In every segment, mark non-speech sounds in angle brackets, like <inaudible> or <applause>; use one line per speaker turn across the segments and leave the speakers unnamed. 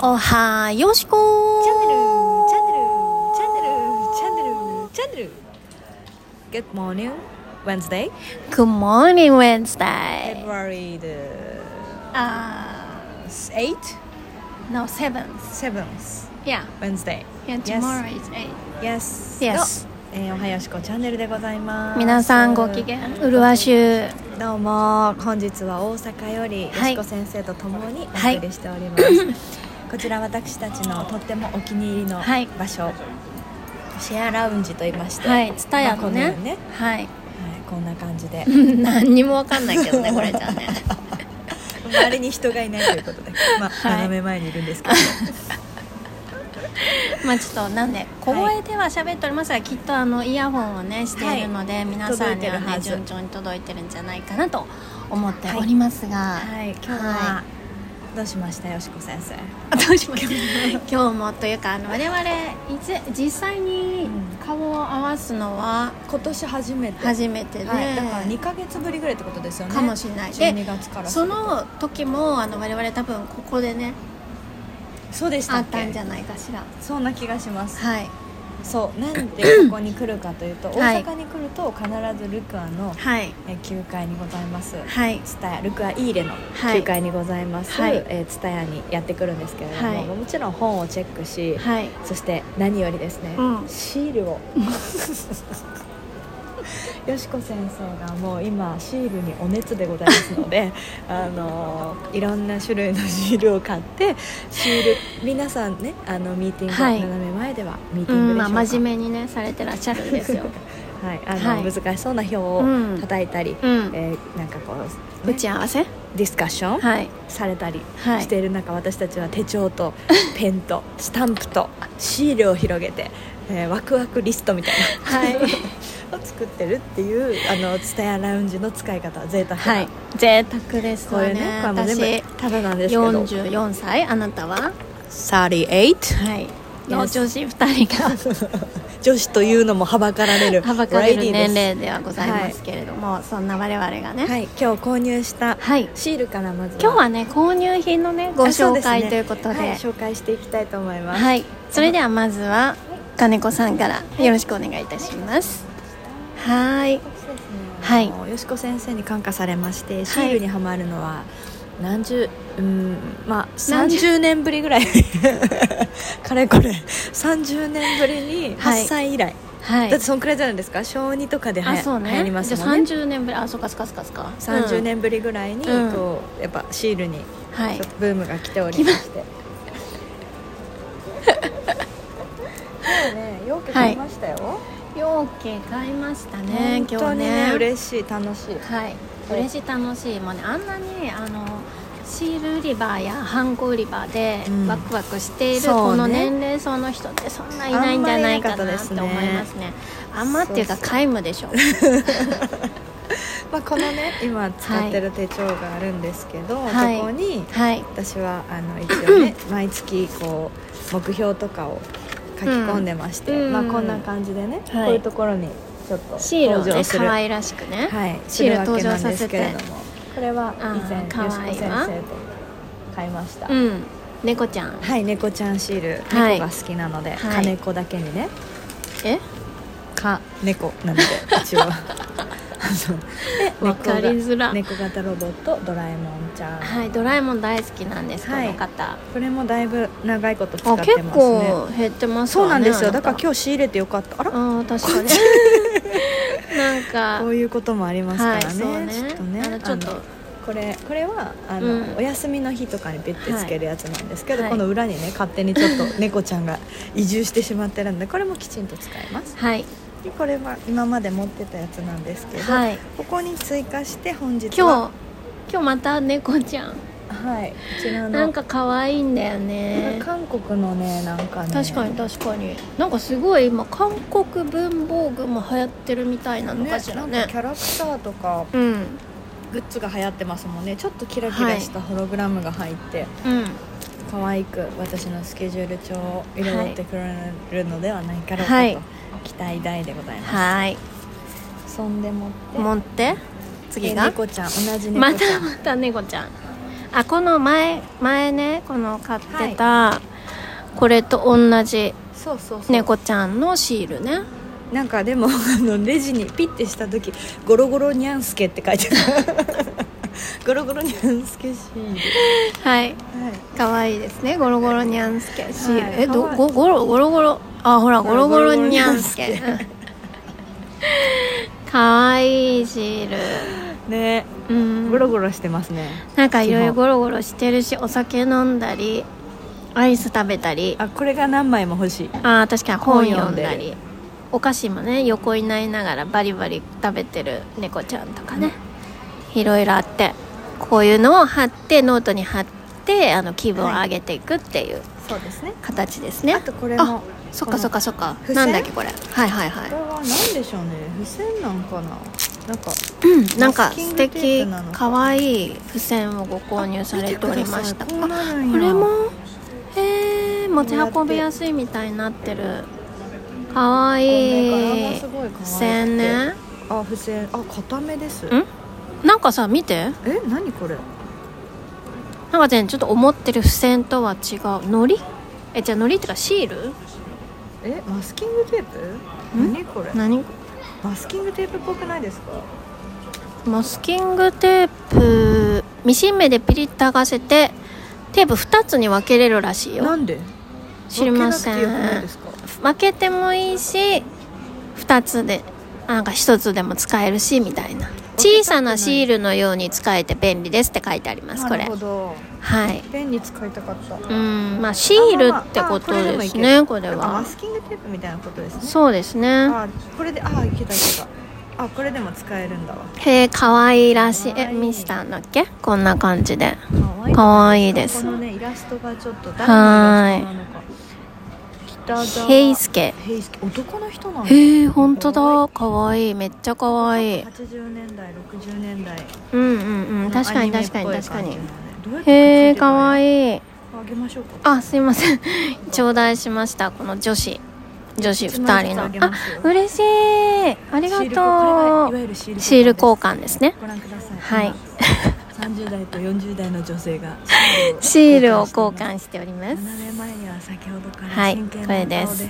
おはよしこ
チャンネルチャンネルチャンネルチャンネルチャンネルチャンネル Good morning Wednesday
Good morning Wednesday
February the
あ
8
h No, seventh
7th
Yeah,
Wednesday
yeah tomorrow is eight
Yes
Yes
のえー、おはよしこチャンネルでございます
皆さんご機嫌うるわしゅう
どうも本日は大阪よりよ
はい
しこ先生とともに
はい
お送りしております、
<laughs>
こちら私たちのとってもお気に入りの
はい
場所、シェアラウンジと言いまして
はい、ツタヤ
まあ
の
このよ
ね
うにね
はい <laughs>
はい、こんな感じで
何にもわかんないけ
<laughs>
どね、これじゃね
周りに人がいないということで、まあ、
はい
斜め前にいるんですけど、
まあちょっとなんで小声では喋っておりますがきっとあのイヤホンをねしているので、皆さんには
届いてる
ね
はず
順調に届いてるんじゃないかなと思っておりますが、
はい、今日は、
は
どうしましたよしこ先生、
どうしまし <laughs> 今日もというかあの我々いつ実際に顔を合わすのは
今年初めて、
初めてで、
はい、だから2か月ぶりぐらいってことですよね
かもしれない
12
で
月から
その時もあの我々多分ここでね
そうでし
あ
たっ
っ
け
たんじゃないかしら
そんな気がします
はい
そう <clears throat> なんでここに来るかというと
はい
大阪に来ると必ずルクアの
はい
えー9階にございます
はい
ツタヤルクアイーレの
はい
9階にございます、
はい
えーツタヤにやってくるんですけれども、
はい
もちろん本をチェックし、
はい
そして何よりですね、
うん
シールをよしこ先生がもう今シールにお熱でございますの
<laughs>
であのいろんな種類のシールを買ってシール皆さんねあのミーティング、
はい
斜め前ではミーテ
う
ィング
ん
でしょ
ま
う
あ
か、
真面目にねされてらっしゃるんですよ
はいあの
はい
難しそうな表を
うん
叩いたり、
うん
えーなんかこう、
打
ね
ち合わせ
ディスカッション、
はい
されたり
はい
している中、私たちは手
<laughs>
帳とペンとスタンプとシールを広げて、えーワクワクリストみたいな、
はい
<laughs> を作ってるっていうあのツタヤラウンジの使い方贅沢な、
はい贅沢です
こう
わ
いうね
ね
これも全
私
部ただなんですけど
44歳あなたは
38
はいの
Yes
女子2人が
女子というのもはばかられる
はばかれる
レディーです
年齢ではございますけれども、そんな我々がね、
はい今日購入した
はい
シールからまず
今日はね購入品のねご
あそう
紹
ですね
介ということで
はい紹介していきたいと思います、
はい、それではまずは金子さんからよろしくお願いいたしますはいは
はいい、よしこ先生に感化されましてシ
はい
ールにはまるのは何十、うんまあ
何十
30年ぶりぐらい <laughs> かれこれ30年ぶりに
はい
8歳以来、
はい
だってそんくらいじゃないですか小2とかでは
あ
や、
そう
流行
ね
ります
じゃあ
もんね
30年ぶりあそうかそうかそうかそうか
30、年ぶりぐらいにこう、
うん
やっぱシールに
うんはい
ちょっとブームが来ておりまして。 <laughs> そうね、よく買いましたよ、
容器買いましたね今
本当
日
に
ね
ね嬉しい楽しい
はい嬉しい楽しいもうねあんなにあのシール売り場やハンコ売り場で
うん
ワクワクしている、
そうね
この年齢層の人ってそんないないんじゃないかなって思いますねあんまっていうか
そうそう
皆無でし
<laughs>
ょう
まあ、このね今使ってる手帳があるんですけど、
はい
そこに
はい
私はあの一応ね毎月こう目標とかを書き込んでまして、
うん
まあ、
うん
こんな感じでね、
はい
こういうところにちょっと
シールをね
登場する
可愛らしくね、
はい、
シール
するわけなん
登場させ
です
て
けれどもこれは
あー
以前
可愛いわ
よしこ先生と買いました、
うん猫ちゃん
はい猫ちゃんシール、
はい
猫が好きなので、
はい
カネコだけにね
え
か猫なので
<laughs>
一応あので
わかりづら
猫型ロボットドラえもんちゃん、
はいドラえもん大好きなんですこ
はい
の方、
これもだいぶ長いこと使
あ
って
結
ますね
構減ってます
そうなんですよだから
日
今日仕入れてよかったあら
あー確かに <laughs> なんか
こういうこともありますからね,、
はいそうね
ちょっとね
あのちょっと
あのこれこれはあの、
うん
お休みの日とかにピッてつけるやつなんですけど、
はい
この裏にね勝手にちょっと
<laughs>
猫ちゃんが移住してしまってるんでこれもきちんと使います
はい
でこれは今まで持ってたやつなんですけど、
はい
ここに追加して本日
今
は
日今日また猫ちゃん
今日はいこちらの
なんか可愛いんだよね
韓国のねなんかね
確かに確かになんかすごい今韓国文房具も流行ってるみたいなのかしら
な
ね
んかキャラクターとか
うん
グッズが流行ってますもんねちょっとキラキラしたホログラムが入って、
うん
可愛く私のスケジュール帳を彩ってくれるのではないかろうかと、
はい
期待大でございます、
はい
そんでもって
持って次
え
が
猫ちゃん同じ
ま
猫ちゃ
た
ん、
また猫ちゃんあこの前前ねこの買ってた、これと同じ
そうそうそう
猫ちゃんのシールね
なんかでもあのレジにピッてした時「ゴロゴロニャンスケ」って書いてた
<laughs>
ゴロゴロニャンスケシール
はい
はい
可愛いですねゴロゴロにゃんすけシール、
はい
えど
可愛い
ごゴロゴロゴロあほらゴ
ゴ
ロ
ロ
ゴ
ゴ
ロ
ロ
に
に
ゃ
ゃ
ん
ん
す
す
け
け
可愛いシール
ね
うん
ゴロゴロしてますね
なんかいろいろ
基本
ゴロゴロしてるしお酒飲んだりアイス食べたり
あこれが何枚も欲しい
あー確かに本読ん
本
だ
読んで
りお菓子もね横になりながらバリバリ食べてる猫ちゃんとかねいろいろあってこういうのを貼ってノートに貼ってあの気分を上げていくっていう
そうですね
形ですね、
あとこれも
あそっか
この
そっかそっか
付箋
なんだっけこれはいはいは
これは何でしょうね付箋なんかななんか
い、うん、なんか
マスキン
素
グテー
敵
プなのか
可愛い付箋をご購入されておりました
あ見てくださいこうなるん
こ
や
れもへえ持ち運びやすいみたいになってる可愛い
これね柄もすごい可愛くて
付箋ね
あ付箋あ固めです
んなんかさ見て
え何これ
なんかねちょっと思ってる付箋とは違うのりえじゃあのりってかシール
えマスキングテープ
ん
何これ
何
マスキングテープっぽくないですか
マスキングテープミシン目でピリッと剥がせてテープ2つに分けれるらしい
な
よ
んで
知りませ
分けなくてよくない
ん
ですか
分けてもいいし2つでなんか1つでも使えるしみたいな小さなシールのように使えて便利ですって書いてありますこ
な
れ
るほど
はい
ペンに使いたかった
うんまあシールってこと
あまあまああ
で
もい
す
け
ね
る
これ
なんか
は
マスキングテープみたいなことですね
そうですね
あこれであいけたいけたあこれでも使えるんだわ
へえかわいいらしい
か
え
わいい
見せたんだっけこんな感じで
可愛い
かわいいです
このねイラストがちょっと誰
はーい
のイラストなのか北沢
ヘイスケ
ヘイスケ男の人なの
へえ本当だかわいいめっちゃかわいい
80年代60年代
うんうんうん確かに
アニメ
確
っぽ
か
い
に確かに
感じのね
へえかわ
い
いい
あげましょうか
あすいません <laughs> 頂戴しましたこの女子女子2人の
一枚ずつあげ
あ
ますよ
嬉しいありが
シールこれがいわ
と
ゆるシー
う
ル
シール交
換
換ですね
ですご覧ください
はい
今30代と40代の女性が
<laughs> シールを交換しております
7年前には先ほどから
はい
真剣な
これ
顔
で
です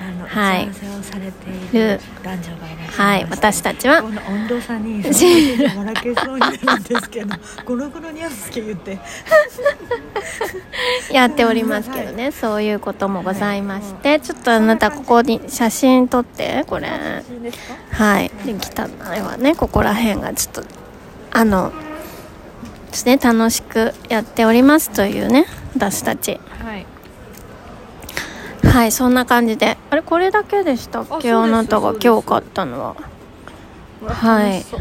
あの
はい
打ち合わせをされてい
る
る男女がいらっしゃいます
はい私たちは
この温度差
<laughs>
にその時笑けそうになるんですけどゴロゴロにゃんすけ言って
やっておりますけどねそういうこともございましてちょっとあなたここに写真撮ってこれ
写真ですか
はいで汚いわねここら辺がちょっとあのですね楽しくやっておりますというね私たち
はい
はいそんな感じであれこれだけでしたっ
あそうで
け
す
あなたが
そうです
今日買ったのははい
楽しそう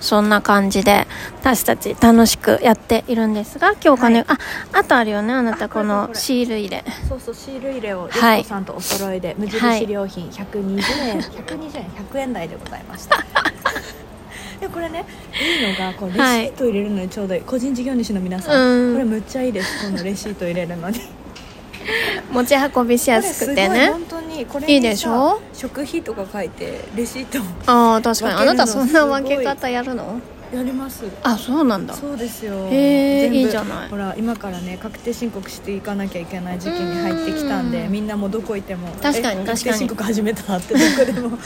そんな感じで私たち楽しくやっているんですが今日かね、
はい
ああとあるよねあなた
あ
こ
これこ
の
れ
シール入れ
そうそうシール入れをゆ
はい
っこさんとお揃いで無印良品120円、120円100円台でござい
<laughs>
ましたでこれねいいのがこうレシ
はい
ート入れるのにちょうどいい、個人事業主の皆さ
うん
んこれむっちゃいいですこのレシート入れるのに
持ち運びしやすくて
これすごい
ね
本当にこれにさ
いいでしょ
食費とか書いてレシート
ああ確かにあ
分けるの
なたそんな
すごい
分け方やるの
やります
あそうなんだ
そうですよ
へー
全部
いいじゃない
ほら今からね確定申告していかなきゃいけない時期に入ってきたんで
うん
みんなもうどこ行っても
確かに確かに
え確定申告始めた <laughs> ってどこでもど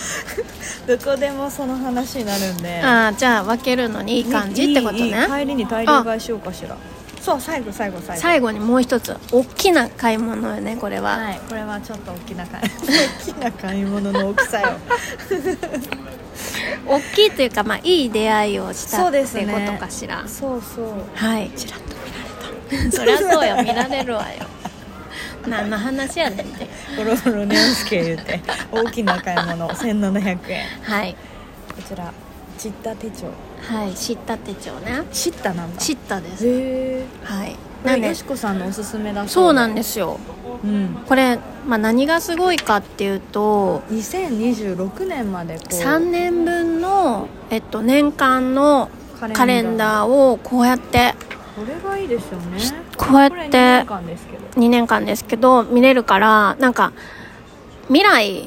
こでもその話になるんで
ああじゃあ分けるのにいい感じってこと
いいいい
ね
帰りに大量買いしようかしらそう最後最後最後
最後にもう一つ大きな買い物よねこれは、
はいこれはちょっと大きな買い <laughs> 大きな買い物の大
<laughs>
きさよ
大きいというかまあいい出会いをした
そう
って
で
こ
すね
とかしら、
そうそう
はいちらっと見られたそりゃそうよ見られるわよ何の話やねんっていう
ゴロゴロネオスケ言うて大きな買い物1700円
はい
こちらチッタ手帳
はい知った手帳ね
チッタなんだ
知ったです
へえ
はい
こ
なん
れ
で
よしこさんのおすすめだ
そうなん
で
ですよ
うん
これ、まあ、何がすごいかっていうと
2026年までこう
3年分の、えっと、年間のカレン
ー
ダーをこうやって
これがいいですよね
こうやっ
これ
て
2年間ですけど
2年間ですけど見れるからなんか未来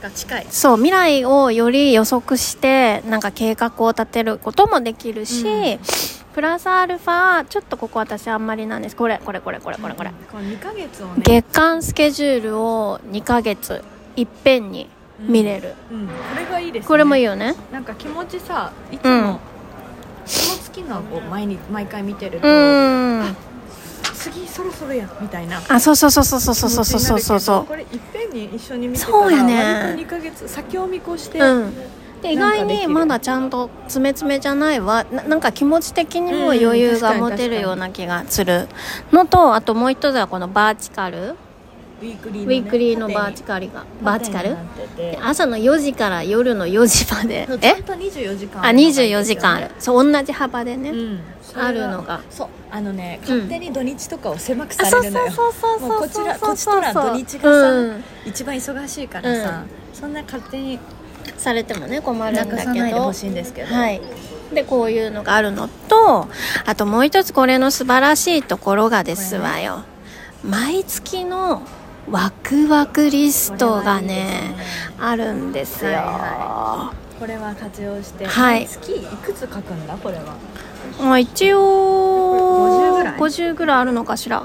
が近い
そう未来をより予測してなんか計画を立てることもできるし、
うん
プラスアルファちょっとここ私あんまりなんですこれこれこれこれこれこれ、
この2ヶ月をね
月間スケジュールを2ヶ月いっぺんに見れる、
うん、これがいいです、ね、
これもいいよね
なんか気持ちさいつ
うん
も、その月のを毎日毎回見てる
う
と、
ん
次そろそろやみたいな
あそうそうそうそうそうそうそうそうそうそう
気持ちになるけどこれいっぺんに一緒に見てたら
そうやね
割と2ヶ月先を見越して、
うんで意
なん
外
かできる
にまだちゃんと詰め詰めじゃないわななんか気持ち的にも余裕が持てるような気がするのとあともう一つはこのバーチカル
ウィークリー
ウ
の、ね、
ィークリーのバーチカルがバーチカル
え
朝の4時から夜の4時ま
<laughs>
で
ちゃ
え
んと24時間
あ24時間あるそう同じ幅でね、
うん、それは
あるのが
そうあのね
うん
勝手に土日とかを狭く
あ
さ
そう
れ
そう
るのよ、
そうそう
もう
そう
こちら
そ
こ
う
っちとら
そう
土日がさ、
うん
一番忙しいからさ、そんな勝手に
されてもね困る
なんく
だ
さ
け
ないで
ど
ほしいんですけど、
はい、でこういうのがあるのとあともう一つこれの素晴らしいところがですわよ毎月のワクワクリストがね
これはいいですね
あるんですよ、
はいはこれは活用して、
はい
毎月いくつ書くんだこれは
まあ一応
50ぐらい
50ぐらいあるのかしら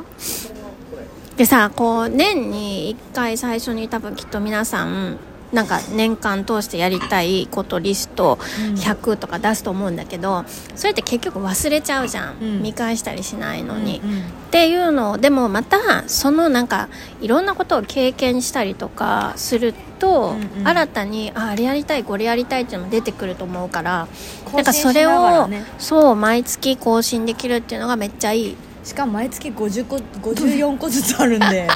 でさこう年に1回最初に多分きっと皆さんなんか年間通してやりたいことリスト
うん
100とか出すと思うんだけど、それって結局忘れちゃうじゃん、
うん
見返したりしないのに、
うんうん
っていうのをでもまたそのなんかいろんなことを経験したりとかすると、
うんうん
新たにああれやりたいこれやりたいっていうのも出てくると思うから
更
なんか
新し
それ
なが
を、
らね
そう毎月更新できるっていうのがめっちゃいい
しかも毎月50個54個ずつあるんで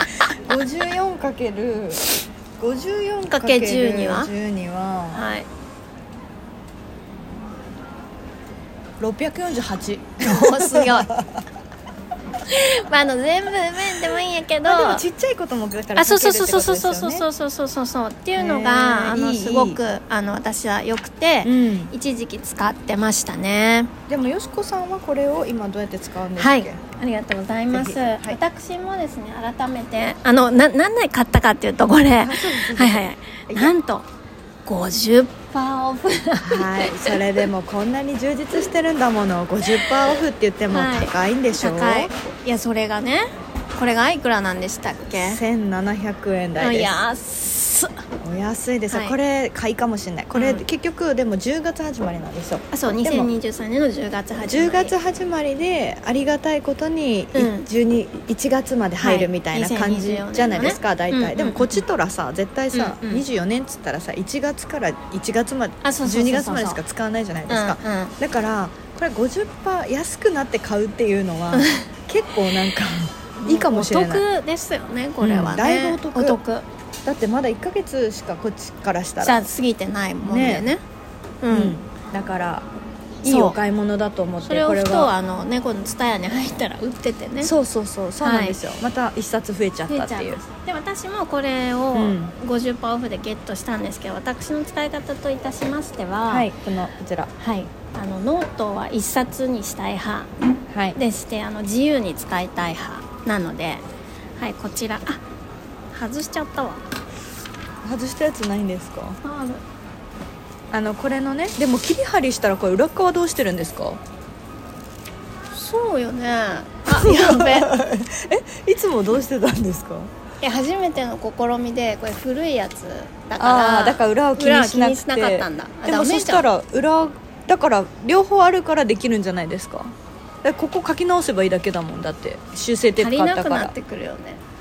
54かける54
かけ10には
10には <laughs>
はい
648
おすごいまああの全部面でもいいんやけど
まあでもちっちゃいこともだから
あそうそう
書ける
そう
ってこ
そう
と
そう
です
そう
よね
そうそうそうそうそうっていうの
へー
があの
いいいい
すごくあの私は良くて、
うん
一時期使ってましたね
でもよしこさんはこれを今どうやって使うんですか
はいありがとうございます、
ぜひはい
私もですね改めてあのな何で買ったかっていうとこれはい
そうです
はいはいなんと50%オフ
はい、それでもこんなに充実してるんだもの50%オフって言っても
はい
高いんでしょう、
高いいやそれがねこれがいくらなんでしたっけ
1700円台です
安っ
お安いです、
はい
これ買いかもしれないこれ、
うん
結局でも10月始まりなんですよ
あそう
でも
2023年の10月始まり
10月始まりでありがたいことに、い
うん
12 1月まで入るみたいな
はい
感じじゃないですか、
2024年
大
のね
体、
うん
でもこっちとらさ絶対さ、
うんうん
24年っつったらさ1月から1月まで
あそうそうそうそう
12月までしか使わないじゃないですか、
うんうん
だからこれ50%安くなって買うっていうのは結構なんかいいかもしれない
お得ですよねこれはね、
うんだいぶお得
お得
だってまだ1ヶ月しかこっちからした
じゃ
ら
あ過ぎてないもんでね
ね
う、
うんん、だからいい
そう
お買い物だと思って
それを
こ
ふ
れ
と
は
あの猫のツタヤに入ったら売っててね
そうそうそうそうなんですよ、また一冊増えちゃっ
増え
たっ
ちゃ
て
い
いう
ますで私もこれを
うん
50%オフでゲットしたんですけど、私の使い方といたしましては、
はいこのこちら
はいあのノートは一冊にしたい派
はい
でしてあの自由に使いたい派なので、はい、こちらあ外しちゃったわ
外したやつないんですか
あ
あのこれのねでも切り張りしたらこれ裏側どうしてるんですか
そうよねあやべ
<laughs> えいつもどうしてたんですか
いや初めての試みでこれ古いやつだから
ああーだから裏を気にし
裏を
なくて
気にしなかったんだあ
でも
ダメじゃ
そ
ん
したら裏だから両方あるからできるんじゃないですかだからここ書き直せばいいだけだもんだって修正テー
足
プ
り
買
な
った
く
か
なっ
ら
てくるよね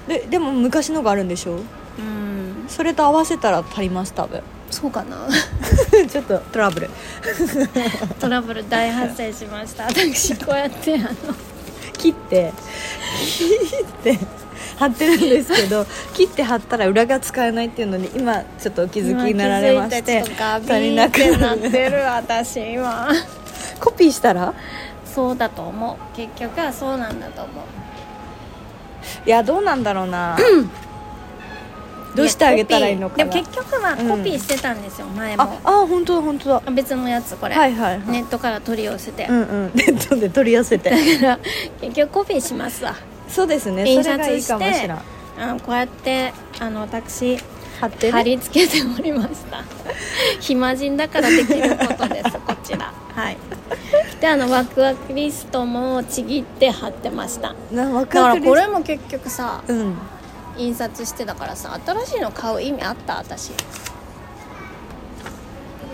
ででも昔のがあるんでしょ
うん
それと合わせたら足ります多分 <laughs>
そうかな
ちょっとトラブル
トラブル大発生しました私こうやってあの
切って切って貼ってるんですけど切って貼ったら裏が使えないっていうのに今ちょっとお気づきになられまし
今
て
気づいたちょっとガ
足
ビ
り
ー
な
っ
く
て
な
なっ
る
てる私今
コピーしたら
そうだと思う結局はそうなんだと思う
いやどうなんだろうな、どうしてあげたらいいのかな
やコピーでも結局はコピーしてたんですよ、前
あ
も
あ本当だ本当だ
別のやつこれ、
はいはいはい
ネットから取り寄せて、
うんうんネットで取り寄せて
だから <laughs> 結局コピーしますわ
そうですね
印
それがい
刷
い
して
かもしれない
あのこうやってあの私
貼ってね
貼り付けてお <laughs> りました暇人だからできることですこちらはいであのワクワクリストもちぎって貼ってました
なワク
だか
ワ
ら
クリス
これも結局さ
うん
印刷してたからさ新しいの買う意味あった私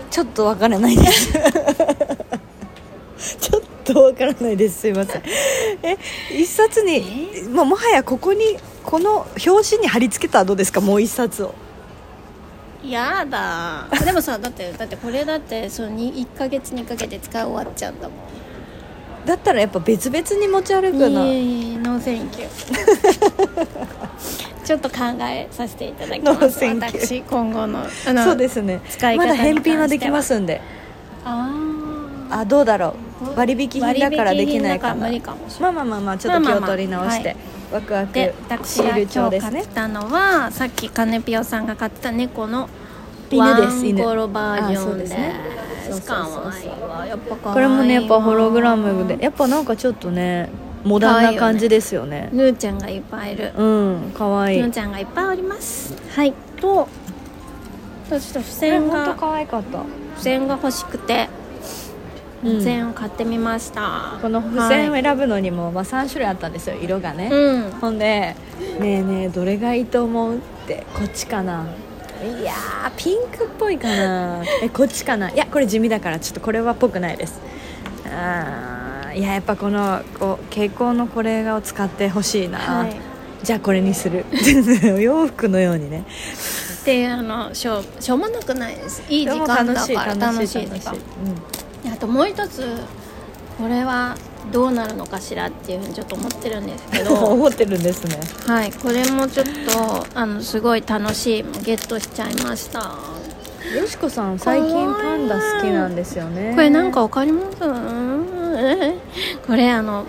ちょっとわからないです <laughs> ちょっとわからないですすいませんえ一冊にもうもはやここにこの表紙に貼り付けたらどうですかもう一冊を
やだでもさだってだってこれだってそのに1ヶ月にかけて使い終わっちゃうんだもん
だったらやっぱ別々に持ち歩
い
くの
えいえノーセンキュー
<laughs>
ちょっと考えさせていただき
ノ
ま
ー
す
センキュー
私今後のあの
そうですね
使い方
ま
に関し
だ
ては
返品はできますんで
あ
あどうだろう割引品だからできな
割引品だ
いかな
から無理かもしれ
まあまあまあまあちょっと気を
まあまあまあ
取り直して、
はい
ワクワク
で私
シー
が
ル帳
今
で
日
す
買っ
ね
たのはさっきカネピオさんが買った猫の
犬です
ワン
犬
コロバージ
あ
ョ
そう
ン
で
です
ねそうそう
か
そうそう
わいいわやっぱ可愛いわ
これもねやっぱホログラムでやっぱなんかちょっとねモダンな感じですよね
ヌーちゃんがいっぱいいる
うんかわい
ヌ
い
ーちゃんがいっぱいおりますはいとちょっと付箋
ほんと
が
可愛かった
付箋が欲しくて
うん
付箋を買ってみました、
この付箋を
はい
選ぶのにも、まあ、3種類あったんですよ色がね、
うん
ほんで「ねえねえどれがいいと思う?」ってこっちかないやーピンクっぽいかなえこっちかないやこれ地味だからちょっとこれはっぽくないですあーいややっぱこのこう蛍光のこれを使ってほしいな、
はい
じゃあこれにする <laughs> お洋服のようにね
っていうあのしょうしょうもなくないですいい時
でも
間だから楽しい
楽
時
しい、
間
うん、
あともう一つこれはどうなるのかしらっていうふうにちょっと思ってるんですけ
<laughs>
ど
思ってるんですね
はいこれもちょっとあのすごい楽しいゲットしちゃいました
よしこさん最近パンダ好きなんですよね
これなんかわかりますこれあの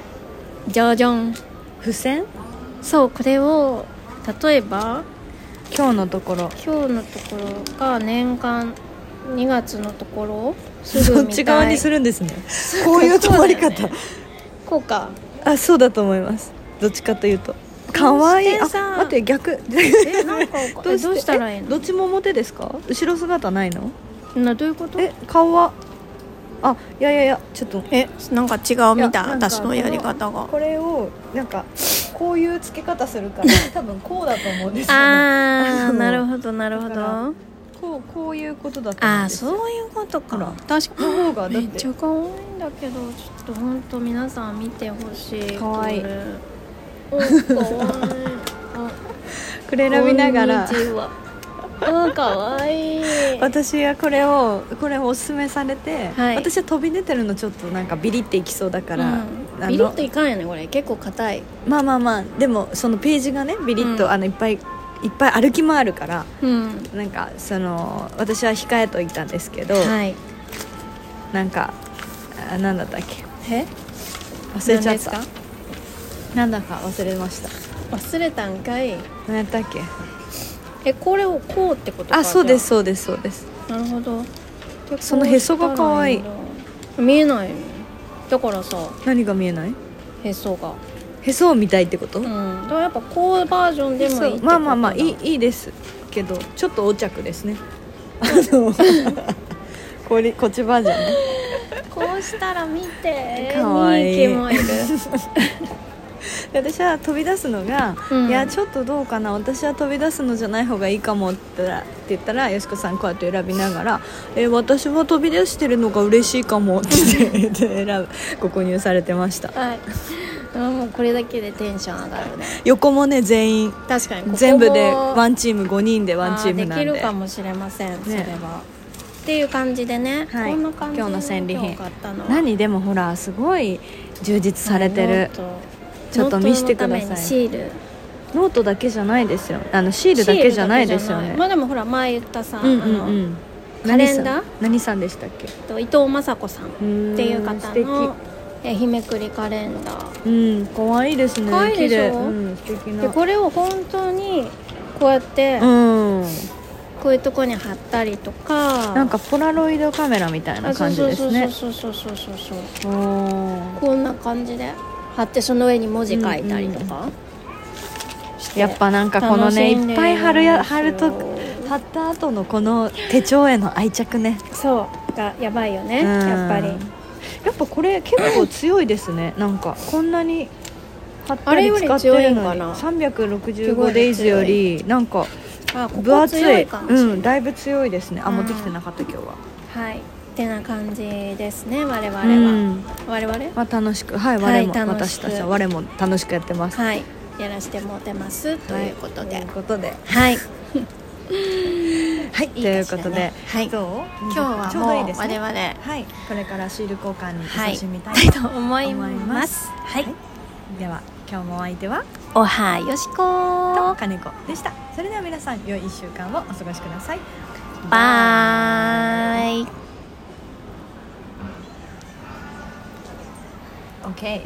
ジョジョン
付箋
そうこれを例えば
今日のところ
今日のところが年間2月のところすぐ
そっ
見た
ち
い
側にするんですねこういう止まり
そうだ
方、
よねこうか
あそうだと思いますどっちかというとかわいい
ど
あ
うしてさ
待って <laughs> 逆
えなんかわかえどうしたらいい
え
の
<laughs> どっちも表ですか後ろ姿ないの
などういうこと
え顔はあいやいやいやちょっと
えなんか違う
いや
みたい
なんか
私のやり方が
これをなんかこういう付け方するから多分こうだと思うんですよね
あ
あ <laughs>
あ
の
なるほどなるほど
だから
あ
こうこういうことだと思うん
あー
ですよ
そういうことか
ほら
確か
の方がだっ
めっち
て
ゃ可愛いんだけどちょっと本当皆さん見てほしい
可愛い
これお可愛いあ
これ選びながら
こんにちはあ可愛い
私はこれをこれをおすすめされて、
はい
私は飛び出てるのちょっとなんかビリっていきそうだから、
うん
あの
ビリッといかんよねこれ結構硬い
まあまあまあでもそのページがねビリッと、
うん
あのいっぱいいっぱい歩き回るから
うん
なんかその私は控えといたんですけど、
はい
なんかあなんだったっけ
え
忘れちゃ
何で
っ
す
た
か
なんだか忘れました
忘れたんかい
何やったっけ
えこれをこうってことか
あそうです
じ
そうですそうです
ゃあなるほどで
そのへそが可愛い
こうしたらんだ見えないだからさ
何が見えない
へそが
へそを見たいってこと、
うんだからやっぱこうバージョンでもいいって
そ
こ
う
と
まあまあまあい
い
いいいですけどちょっと横着ですねあのこれこっちバージョンね
こうしたら見て
可愛い
ニーキもいる
で私は飛び出すのが、
うん
いやちょっとどうかな私は飛び出すのじゃない方がいいかもって言ったらって言ったらよしこさんこうやって選びながら「え私は飛び出してるのが嬉しいかも」って言って選ぶご購入されてました
はいあもうこれだけでテンション上がるね
横もね全員
確かにここも
全部でワンチーム5人でワンチームな
あ
んで
できるかもしれません、それ
ね
はっていう感じでね、
はい
こんな感じ
今日の戦利品
今日買ったのは
何でもほらすごい充実されて
は
る
いノート
ちょっと見せてくだ
ノ
さい
ートのためにシール
ノートだけじゃないですよあのシールだけじゃないですよ
シールだけじゃない
ね
まあでもほら前言ったさ、
うんうん
あ
う
の
ん
カレンダー
何さん何さんでしたっけ
えっと伊藤雅子さんっ
うーん
ていう
素
方
敵
のえ日めくりカレンダー
うん可愛いですね
可愛いでしょ
綺麗うん素敵
で
な
これを本当にこうやって
うん
こういうとこに貼ったりとか、
なんかポラロイドカメラみたいな
あそう
感じ
そう
で
そ
す
う
ね
そうそうそうそうそう
おー
こんな感じで貼ってその上に文字書いたりとか、して
やっぱなんかこの
楽
ね
しん
い
で
っぱい貼るや貼ると
るんですよ
貼った後のこの手帳への愛着ね
そうがやばいよね、
うん
やっぱり
やっぱこれ結構強いですねなんかこんなに貼った
あれ
り
より
使ってるの
強い
に
んかなすご
365
い
デイズよりなんか
あこ
分
こ
厚い
強いかもしれない、
うん、だいぶ強いですねあ
うん
持ってきてなかった今日は、
はいってな感じですね我々は、
うん
我々
まあ、楽しくはい
は
我
い
も、
楽
私
しく
たちは我も楽しくやってます、
はいやらせてもらってます、ということ
とい
で
うことで
はい
はいと
いい
いう
かし
こ
ら
と
ね
で
はい
どう
今日は
ちょうど
も
いいうです
我
ね
々
はいこれからシール交換に
はい
勤しみたい
たい
と
と思い
思い
ま
ます
すはい、
では今日もお相手は
おはよしこと
金子でしたそれでは皆さん良い1週間をお過ごしください
バイ
OK